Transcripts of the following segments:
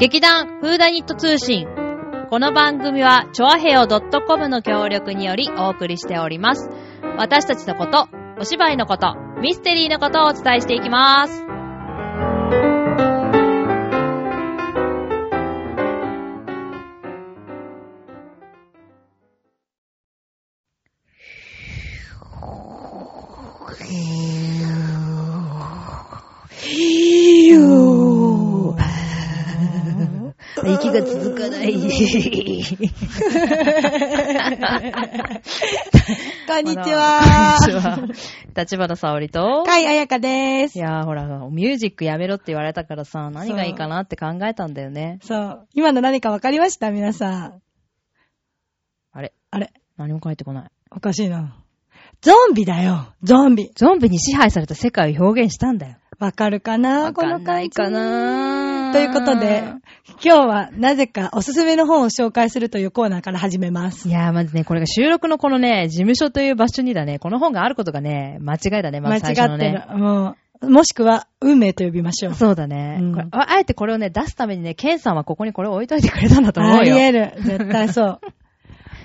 劇団フーダニット通信。この番組は、チョアヘオ .com の協力によりお送りしております。私たちのこと、お芝居のこと、ミステリーのことをお伝えしていきます。息が続か ない。こんにちは。こんにちは。立花沙織と、かいあやかでいす。やーほら、ミュージックやめろって言われたからさ、何がいいかなって考えたんだよね。そう。今の何か分かりました皆さん。あれあれ何も書いてこない。おかしいな。ゾンビだよ。ゾンビ。ゾンビに支配された世界を表現したんだよ。わかるかなわこかのんな回いかなということで、今日はなぜかおすすめの本を紹介するというコーナーから始めますい。やー、まずね、これが収録のこのね、事務所という場所にだね、この本があることがね、間違いだね、ま間ず違最初のっね。てる。もう、もしくは、運命と呼びましょう。そうだね、うんこれあ。あえてこれをね、出すためにね、ケンさんはここにこれを置いといてくれたんだと思あうりよ。得る。絶対 そう。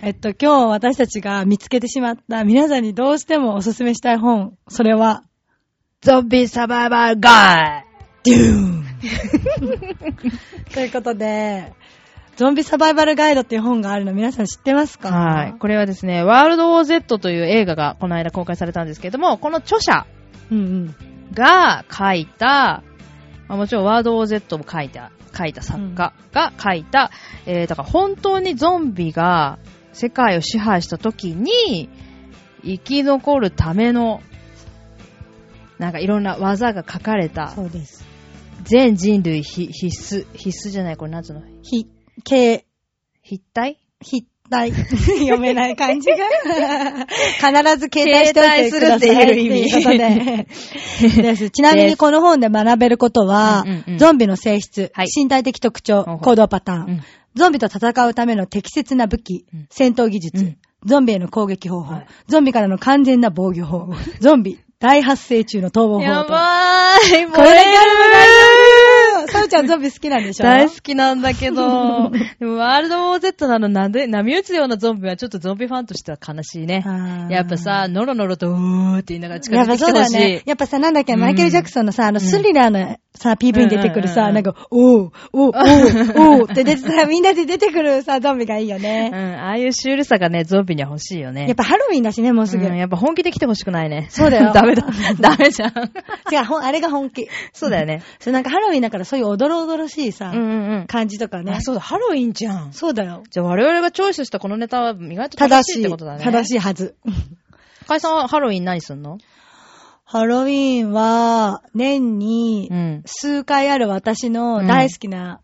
えっと、今日私たちが見つけてしまった、皆さんにどうしてもおすすめしたい本、それは、ゾンビサバイバルガイデューンということで、ゾンビサバイバルガイドっていう本があるの皆さん知ってますかはい。これはですね、ワールド・ウォー・ゼットという映画がこの間公開されたんですけれども、この著者い。うんが書いた、まあもちろんワード・ウォー・ゼットも書いた、書いた作家が書いた、えー、だから本当にゾンビが世界を支配した時に、生き残るための、なんかいろんな技が書かれうん。た、そうです。全人類ひ必須、必須じゃない、これなんつうのひ、け、筆体ひっ たい。読めない感じ が。必ず携帯しておいてくださ携帯い。するっていういう ことで。です。ちなみにこの本で学べることは、うんうんうんゾンビの性質、はい身体的特徴ほうほう、行動パターン、うんゾンビと戦うための適切な武器、うん戦闘技術、うんゾンビへの攻撃方法、はいゾンビからの完全な防御法、ゾンビ大発生中の逃亡や法と。ばーい、もうこれやるサウちゃんゾンビ好きなんでしょ大好きなんだけ ど、でもワールド・ウォー・ゼットなのなんで、波打つようなゾンビはちょっとゾンビファンとしては悲しいね。あーやっぱさ、ノロノロとうーって言いながら近やっづいぱてきそてうほだよしい。ね。やっぱさ、なんだっけ、うんマイケル・ジャクソンのさ、あの、スリラーのさ、PV に出てくるうんさ、うんうなんんか、おう、おう、おう、おうって出て さ、みんなで出てくるさ、ゾンビがいいようん、ね。ああいうシュールさがね、ゾンビには欲しいよね。やっぱハロウィンだしね、もうすぐ。うんやっぱ本気で来てほしくないね。そうだよ ダメ だ。ダメじゃん。違う、ほんあれが本気。そうだよね。そう、なんかハロウィンだからそういうおどろおどろしいうさん、うん感じとかうん。ねあ、。そうだ、ハロウィンじゃん。そうだよ。じゃあ我々がチョイスしたこのネタは意外と正正ししいっい。てことだね。正い。しいはず。かいさんはハロウィン何すんのハロウィンは、年にう、ん。数回ある私の大好きな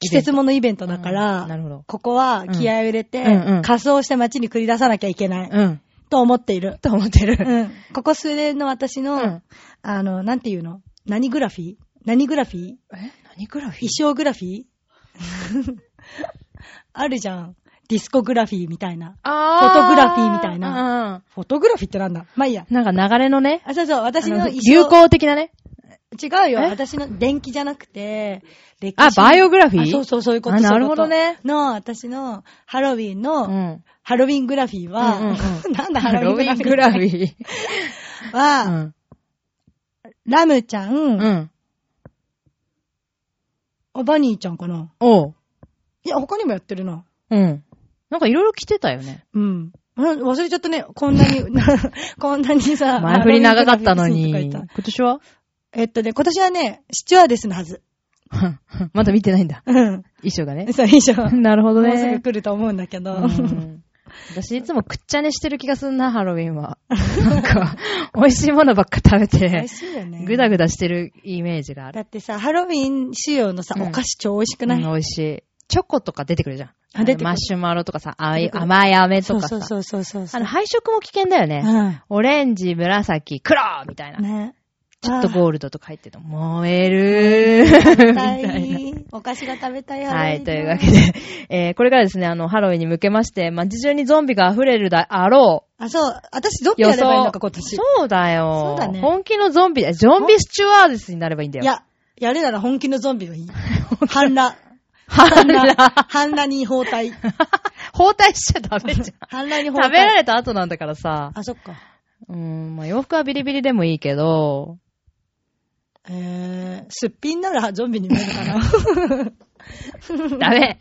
季節ものイベントだかうらんなるほど、ここは気合を入れてうんうん、仮装して街に繰り出さなきゃいけない、うん。と思っている。と思ってる。うん。ここ数年の私うのん、あの、なんていうの何グラフィー何グラフィーえ何グラフィー衣装グラフィー あるじゃん。ディスコグラフィーみたいな。あフォトグラフィーみたいな。フォトグラフィーってなんだまあいいや。うん。なんか流れのね、あ、そうそう、私のあ衣流装。行的なね。違うよ。え私の電気じゃなくて、歴あ、バイオグラフィーあそうそう、そういうこと。あそういうことなるほどねの、私のハロウィンの、うん。ハロウィングラフィーは、うんうんう なんだハハロロウウィィンンググララフフィーィー。は、うん。ラムちゃん、うん。おバニーちゃんかな。おう。いや、他にもやってるな。うん。なんかいろいろ来てたよね。うん。な忘れちゃったね。こんなに、 こんなにさ、前振り長かったのハロウィに。ングラフィーとか言今っ年は たえっとね、今年はね、シチュアですのはず。まだ見てないんだ。うん。衣装が ね。そう、以上。もなるほどうすぐね。来ると思うんだけど。うん私いつもくっちゃねしてる気がすんな、ハロウィンは。なん か、美味しいものばっか食べ美て味、しいよね。ぐだぐだしてるイメージがある。だってさ、ハロウィン仕様のさ、うんお菓子超美味しくうない、ん美味しい。チョコとか出てくるじゃん。あ出てくるマシュマロとかさ、あい出てくる甘い飴そとうかさ。そうそうそうそうそあう。の、配色も危険だよね。オレンジ、紫、黒みたいな。うん。ね。ちょっとあゴールドとか入ってると、燃えるーみーた食べたいな。い。お菓子が食べたいハロウィ ンはい、というわけで、 えー、これからですね、あの、ハロウィンに向けまして、街中にゾンビが溢れるだあろう。あ、そう。私、どっち予やればいい想のか、今。年。そうだよ。そうだね本気のゾンビ、ゾンビスチュワーデスになればいいんだよ。 いや、やるなら本気のゾンビがいい。反乱。半裸。半裸に包 帯。包帯しちゃダメじゃん。半裸 に包帯。食べられた後なんだからさ。あ、そっか。うん、まあ洋服はビリビリでもいいけど、 えー、すっぴんならゾンビに見えるか ダメ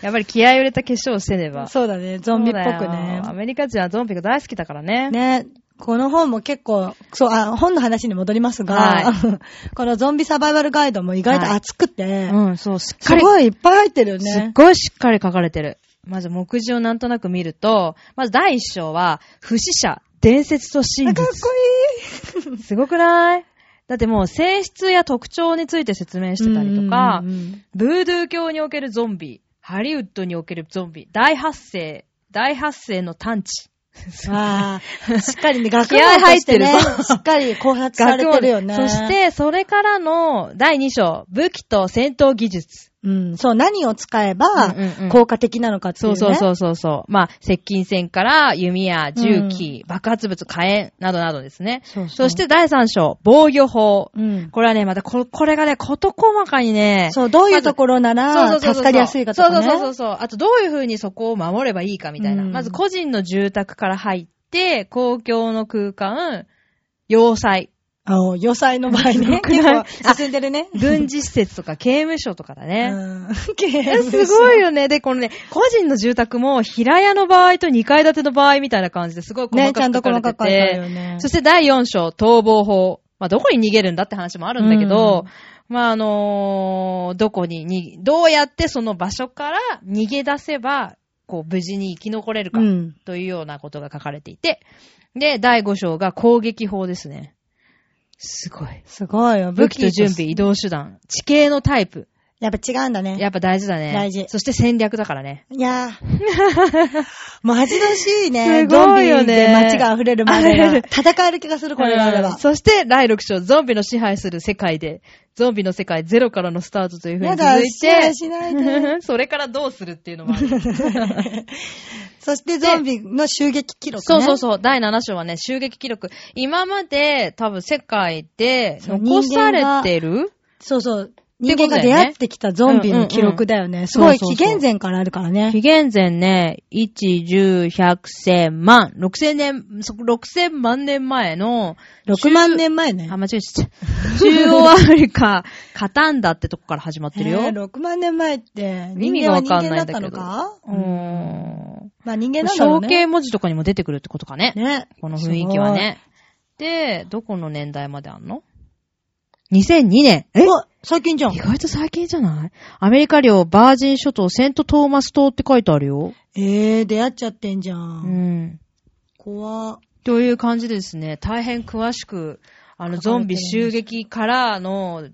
やっぱり気合い入れた化粧をしてねばな。。そうだね、ゾンビっぽそくうだよアね。メリカ人はゾンビが大好きだからね。ね、この本も結構、そう、あ、本の話に戻りますが、は このゾンビサバイバルガイドも意外と熱くて、うん、そう、しっすかり、ごいいっぱい入ってるよすっね。ごいしっかり書かれてる。まず目次をなんとなく見ると、まず第一章は、不死者、伝説と真あ実かっ。こいいすごくないだってもう性質や特徴について説明してたりとかうんう、んうんブードゥー教におけるゾンビ、ハリウッドにおけるゾンビ、大発生、大発生の探知。 ああ、しっかりね、 学気合問と入っしててるね、そう しっかり考察されてるよね。そし、て、それからの第2章、武器と戦闘技術。うん、そう、何を使えばうんうんうん効果的なのかっていうそうね。そうそうそうそう。まあ、接近戦から弓や銃器、爆発物、火炎などなどですね。そうそそうして第3章、防御法。うん。これはね、またこ、これがね、こと細かにね、そう、どういうところなそうらそうそうそう助かりやすいかとかね。そうそうそうそう。あと、どういうふうにそこを守ればいいかみたいな。うんまず、個人の住宅から入って、公共の空間、要塞、あお予算の場 合ね、く結ない構進んでるね。軍事施設とか刑務所とかだうね。 んえすごいよね。で、このね、個人の住宅も平屋の場合と2階建ての場合みたいな感じですごい細ね、ちかゃくん書とかれ細てかくて、書いてあるよね。そして第4章、逃亡法。まあ、どこに逃げるんだって話もあるんだけど、まあ、あのーどこにに、どうやってその場所から逃げ出せば、こう、無事に生き残れるかう、ん。というようなことが書かれていて、で、第5章が攻撃法ですね。すごい。すごいよ。武器と準備、。移動手段、地形のタイプ。やっぱ違うんだね。やっぱ大事だね。大事そして戦略だからね。いやー。 もう恥ずかしいすね。ごいよねゾンビで街が溢れるまで 溢れはる戦える気がする、これがあれうんば。そして、第6章、ゾンビの支配する世界で、ゾンビの世界ゼロからのスタートというふうにや続だ、い支配て、 しないで。それからどうするっていうのもある。 そしてゾンビの襲撃記録ね。そうそうそう。第7章はね、襲撃記録。今まで多分世界でそう残されてるそうそう。て人こと間だよねが出会ってきたゾンビの記録だよね。すごいそうそうそう紀元前からあるからね紀。元前ね、1、10、100、1000万、6000年、そ6000万年前の、 6万年前ねあ、。間違えちゃった。中央アフリカ、カタンダってとこから始まってるよ。えー6万年前って、意味人が間はわか人ん間なだいんだったけど。のかうーん。まあ人間なんだろ象うね。形文字とかにも出てくるってことかね。ね。この雰囲気はね。で、どこの年代まであんの ?2002 年。すごい。え最近じゃん意。外と最近じゃないアメリカ領バージン諸島セントトーマス島って書いてあるよ。えー、出会っちゃってんじゃ。うんん。怖っという感じでですね、大変詳しく、あの、書ゾかンれてるんビです襲撃からの、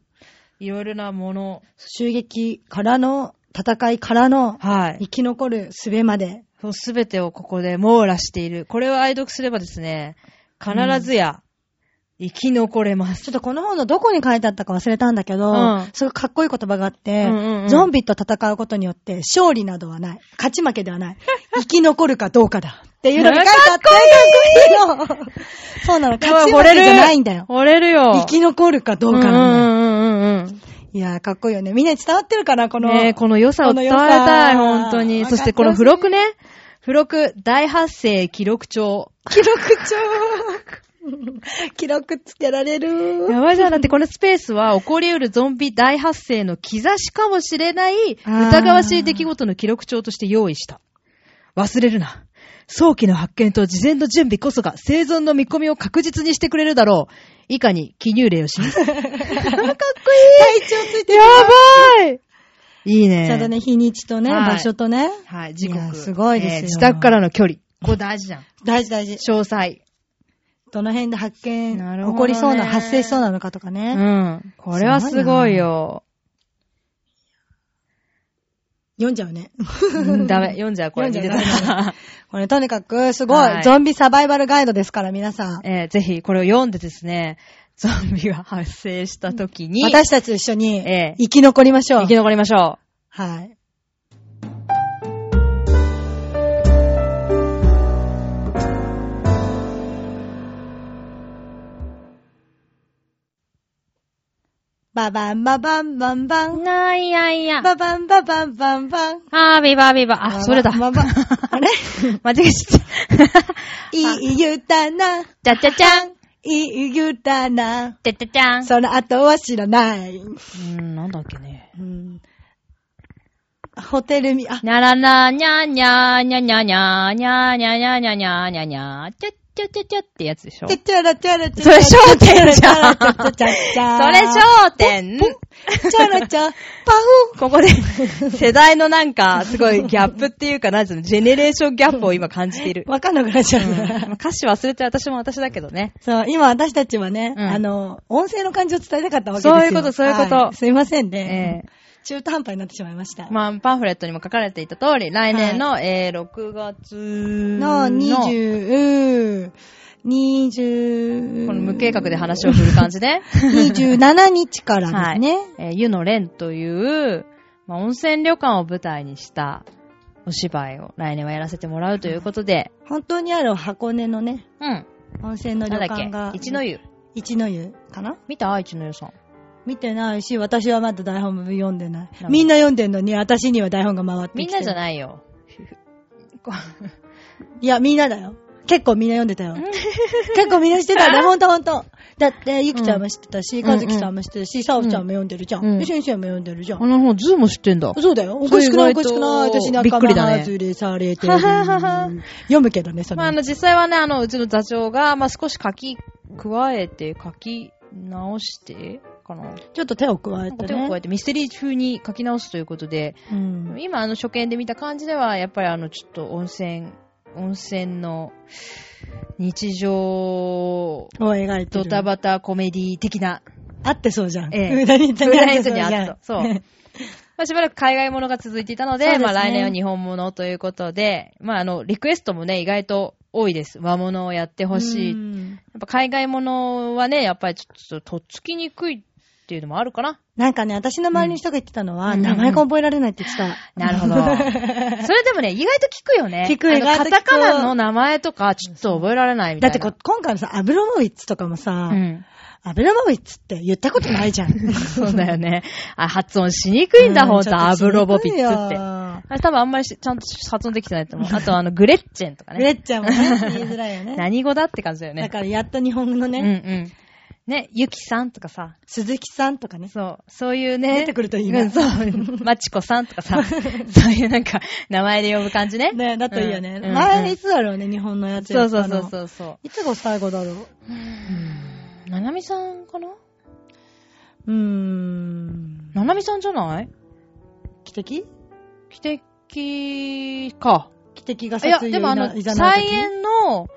いろいろなもの。襲撃からの、戦いからの、はい生。き残る術まで。すべてをここで網羅している。これを愛読すればですね、必ずや、生き残れます。ちょっとこの本のどこに書いてあったか忘れたんだけど、うんすごいかっこいい言葉があって、うんうんうんゾンビと戦うことによって勝利などはない。勝ち負けで はない。生き残るかどうかだ。っていうのが書いてあって、かっこいいよ そうなの、勝ち負けじゃないんだよ。惚れるよ。生き残るかどうかうんなんだようんうんうんうん。いやー、かっこいいよね。みんなに伝わってるかな、この。ねえこの良さを伝えたい、この良さ本当に。わそかしってこの付録ね。付録、大発生記録帳。記録帳。 記録つけられる。やばいじゃん。だってこのスペースは起こり得るゾンビ大発生の兆しかもしれない疑わしい出来事の記録帳として用意した。忘れるな。早期の発見と事前の準備こそが生存の見込みを確実にしてくれるだろう。以下に記入例をし ます。やば体調ついてる。いいいね。ちゃんとね、日にちとね、はい場所とね。はい、時いや刻。すごいですよ自宅からの距離。これ大事じゃん。大事大事。詳細。どの辺で発見、なるほどね起こりそうな、発生しそうなのかとかね。うん。これはすごいよ。読んじゃうね。 うんダメ。読んじゃう、これ。読んじゃう見てたらこれとにかく、すごい,、はいゾンビサバイバルガイドですから、皆さん。えーぜひ、これを読んでですね、ゾンビが発生した時に、私たちと一緒にええ、生き残りましょう。生き残りましょはい。ババンババンバンバン。ないやいや。ババンババンバンバン。あービバービバー。バあ、バそれだ。ババン あれ間違えちゃった。いい湯だな。 じゃじゃじゃん。いい湯だな。じゃじゃじゃん。その後は知らない。うん、なんだっけね。うんホテルみ、あ、にゃらな、にゃーにゃーにゃにゃにゃーにゃーにゃにゃにゃにゃにゃにゃちゃっちゃちゃちゃってやつでしょ。てそちゃらちゃらちゃそれ笑点じゃんちゃちゃちゃれ焦点ちゃらちゃ、パフここ で、世代のなんか、すごいギャップっていうか、なんつうの、ジェネレーションギャップを今感じている。わかんなくなっちゃううんから。まあ歌詞忘れて私も私だけどね。そう、今私たちはね、うんあの、音声の感じを伝えたかったわけですよ。そういうことそういうことはいすいませんえねえ、中途半端になってしまいました。まあ、パンフレットにも書かれていた通り、来年の、えー、6月のの20、20、この無計画で話を振る感じで、 27日からですね。えー、湯の蓮という、まあ、温泉旅館を舞台にしたお芝居を来年はやらせてもらうということで、本当にある箱根のね、うん。温泉のな旅んだっ館がけ、一の湯。一の湯かな見た一の湯さん。見てないし、私はまだ台本も読んでないほ。どみんな読んでんのに、私には台本が回ってきてみんなじゃいないよ。 こいや、みんなだよ。結構みんな読んでたよ。結構みんな知ってた ね、ほんとほんと。だって、ゆきちゃんも知ってたし、うんかずきさんも知ってたし、さおちゃんも読んでるじゃうんん。で、先生も読んでるじゃん。の方、ズーム知ってんだ。そうだよ。おそかう意しくない、外おとかしくない。私なんびっかくりだね外れされ てる。はははは読むけどね、そまあ、あの。の、実際はね、あの、うちの座長が、まあ、少し書き、加えて、書き直して、かな。ちょっと手を加えなんか手てを加ね。えてミステリー風に書き直すということで、うん今あの初見で見た感じでは、やっぱりあのちょっと温泉、温泉の日常を描いてドる。タバタコメディ的な、合ってそうじゃん。ええ 無駄にフライトにじあゃんったと。そう。まあ、しばらく海外ものが続いていたので、そうですねまあ来年は日本ものということで、まああの、リクエストもね、意外と多いです。和物をやってほしい。うやんっぱ海外ものはね、やっぱりちょっととっつきにくいっていうのもあるかな。なんかね、私の周りの人が言ってたのは、うん名前が覚えられないって言ってた。なるほ ど。それでもね、意外と聞くよね。聞くあ意の外と聞カくタカナの名前とか、ちょっと覚えられないみただいっな。てこ、今回のさ、アブロモビッツとかもさ、うん。アブロモビッツって言ったことないじゃん。そうだよね。あ、発音しにくいんだ、ほんうと、ちょっアとブロボビッツしっにくいて。よあれ多分あんまりしちゃんと発音できてないと思う。あと、あの、グレッチェンとかグレね。ッチャーもね、言いづらいよね。何語だって感じだよだね。からやっと日本語のうね、んうん。ね、ゆきさんとかさ。鈴木さんとかね。そう、そういうね。出てくるといいねうん そう。まちこさんとか さ。そういうなんか、名前で呼ぶ感じね。ね、だといいよね。うんうん前いつだろうね、日本のやつそやうったそのうそうそうそう。いつが最後だろう。ななみさんかなうーん。ななみさんじゃない奇跡汽笛か。奇跡がいさや、つでもあの、いざな菜園の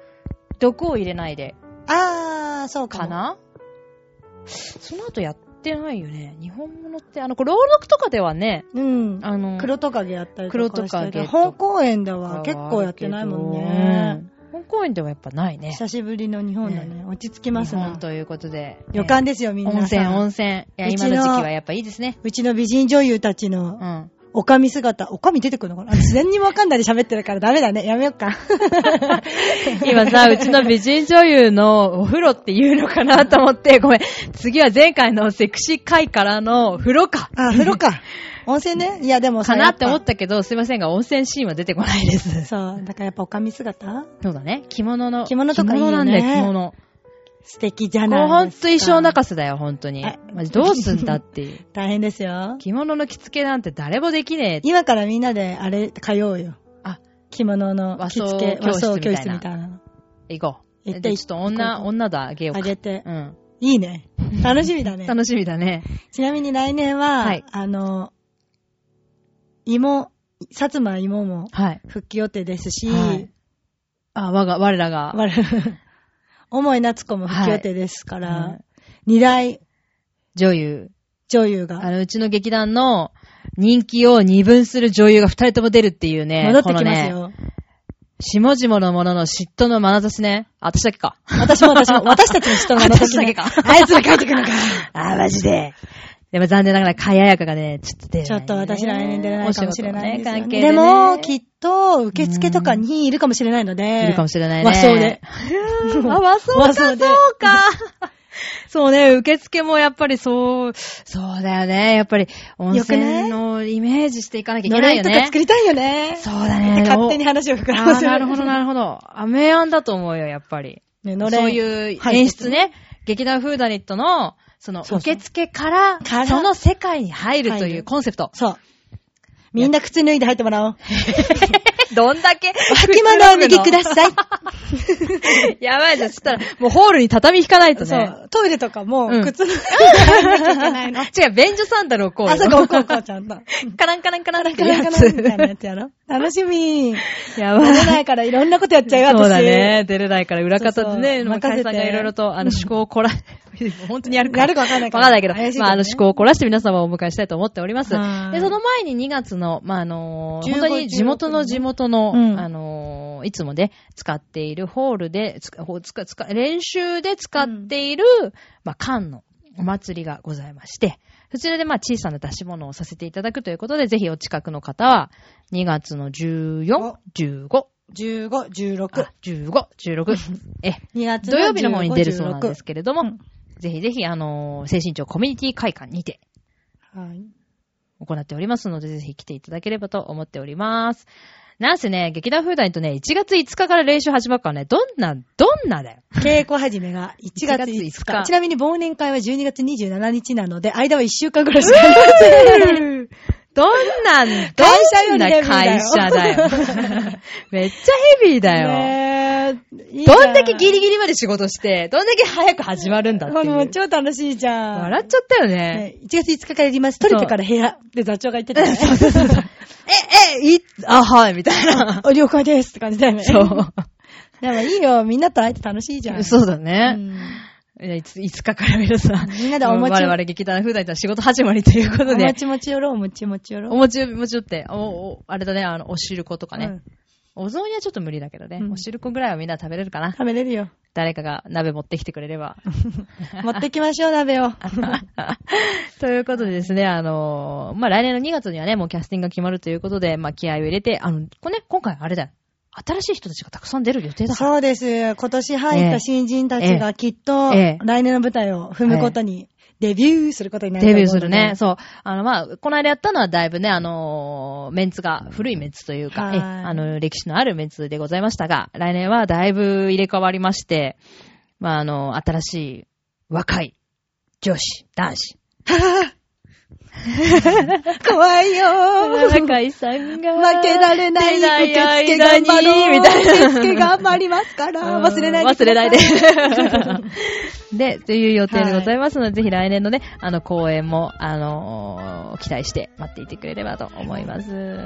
毒を入れないで、あー、そうかも。かなその後やってないよね。日本物って、あの、これ、朗読とかではね、うん。あの、黒トカゲやったりとかして黒トカゲると本公演でとかははあるけ結ど構やってないもんね。。うん本公演ではやっぱないね。久しぶりの日本だね。落ち着きます日な本。ということで。予感ですよ、みんな。温泉、温泉。いや、うち今のの時期はやっぱいいですね。うちの美人女優たちのうん。おかみ姿、おかみ出てくるのかなあ自然にわかんないで喋ってるからダメだね。やめよっか。 今さ、うちの美人女優のお風呂って言うのかなと思って、ごめん。次は前回のセクシー回からの風呂か。あ、風呂か。温泉ね。いや、でもさかなって思っやたけど、すいませんが、温泉シーンは出てこないでぱす。そう、だからやっぱおかみ姿そうだね。着物の。着物とかいいよね着物なんだよ、着物。こ素敵じゃれないですか。ほんと衣装泣かせだよ、ほんとにあ。マジどうすんだっていう。大変ですよ。着物の着付けなんて誰もできねえ。今からみんなであれ通うよ。あ、着物の和着装付け、教室教みたい室なみたいなの。行こう。行ってでちょっと行女、こう女だ、あげようあか。げて。うん。いいね。楽しみだね。楽しみだね。ちなみに来年は、はいあの、芋、薩摩芋もはい。復帰予定ですし、はいあ、我が、我らが。我々重い夏子も復帰予定ですから、はい二大女優。女優あがの、うちの劇団の人気を二分する女優が二人とも出るっていうね。戻ってきますこのね、よ。下々の者の嫉妬の眼差しね。あ私だけか。私も 私も、私たちの人がの私だけかあいつら帰ってくるのか。 あー、マジで。でも残念ながら、かややかがね、ちょっと出れちなょいっと私来年出れないかもしれないですよお仕事のねね、関係ででねも、きっと、受付とかにいるかもしれないので、いるかもしれないね。和装で。 あ、和装和か、装そうで か。そうね、受付もやっぱりそう、そうだよね。やっぱり温泉のイメージしていかなきゃいのけないれよんとかね作。りたいよね。そうだね。勝手に話を膨らあまーせる。なるほど、なるほど。アメアンだと思うよ、やっぱり。ね、のれん。そういう演出ね。劇団フーダニットの、その、そうそう受付から、からその世界に入ると入いうるコンセプト。 そう。みんな靴脱いで入ってもらおう。どんだけ、 履物を脱ぎください。い。 やばいじゃん。そしたら、もうホールに畳引かないとね。そう。トイレとかもうん、靴脱いで入らなきゃいけないの。違う、便所サンダ ルをこうよ。あそこ置こう置こう、ちゃんと。 カランカランカランってカラやカラつ。みたいなやつやろ。楽 しみ。や出ばい。れないからいろんなことやっちゃうよ、私。そうだね。出れないから裏方でね、そうそうまあ、任会せてさんがいろいろと、あの、思考を凝ら、 本当にやるかやるかわかんないかわらかんないけど、怪しいけどまねあ、あの、思考を凝らして皆様をお迎えしたいと思っております。はいで、その前に2月の、まあ、あのー15本当に地元の16地元の、うんあのーいつもね、使っているホールで、つか、ほつか、つか、練習で使っている、まあ、缶のお祭りがございまして、そちらでまあ小さな出し物をさせていただくということで、ぜひお近くの方は、2月の14お、 15、 15、16あ。15、16。え、 2月土曜日の方に出るそうなんですけけれども、ぜひぜひ、あのー、精神庁コミュニティ会館にてど。はい。行っておりますので、ぜひ来ていただければと思っております。なんせね、劇団風団とね、1月5日から練習始まるからね、どんな、どんなだよ。稽古始めが1月5日。ちなみに忘年会は12月27日なので、間は1週間ぐらいしかありません。 どんなん、どん会社よりなヘビーだ会よ社だよ。めっちゃヘビーだよ。ねえいいじゃどんだけギリギリまで仕事して、どんだけ早く始まるんだっていもうう。超楽しいじゃん。笑っちゃったよねね1月5日からやります。取れてから部屋で座長が言ってたね。え、え、い、あ、はい、みたいな。お了解ですって感じだよね。そう。でもいいよ、みんなと会えて楽しいじゃん。そうだうね。ん。いやいついつかから皆さん。みんなでお餅我々劇団風大とは仕事始まりということおでも。ちもちよろ、おもちもちよろ。お餅を、お餅をって、お、お、あれだね、あの、お汁粉とかうねん。お雑煮はちょっと無理だけどねう。んお汁粉ぐらいはみんな食べれるかな。食べれるよ。誰かが鍋持ってきてくれれ ば。 持ってきましょう、鍋を。ということでですね、あのーまあ、来年の2月にはね、もうキャスティングが決まるということで、まあ、気合を入れて、あの、これね、今回あれだよ。新しい人たちがたくさん出る予定だから。そうです。今年入った新人たちがきっと、ええ来年の舞台を踏むことに、デビューすることになるとデ思うビューのでするね。。そう。あの、まあ、この間やったのはだいぶね、あのーメンツが、古いメンツというか、はいえあの、歴史のあるメンツでございましたが、来年はだいぶ入れ替わりまして、まあ、あの、新しい、若い、女子、男 子、怖いよー 若いさんが、 負けられない受 付頑張ろうみたいな。受 付頑張りますから、忘れないで忘くだされ ないで。で、という予定でございますので、ぜひ来年のね、あの、公演も、あのー期待して待っていてくれればと思います。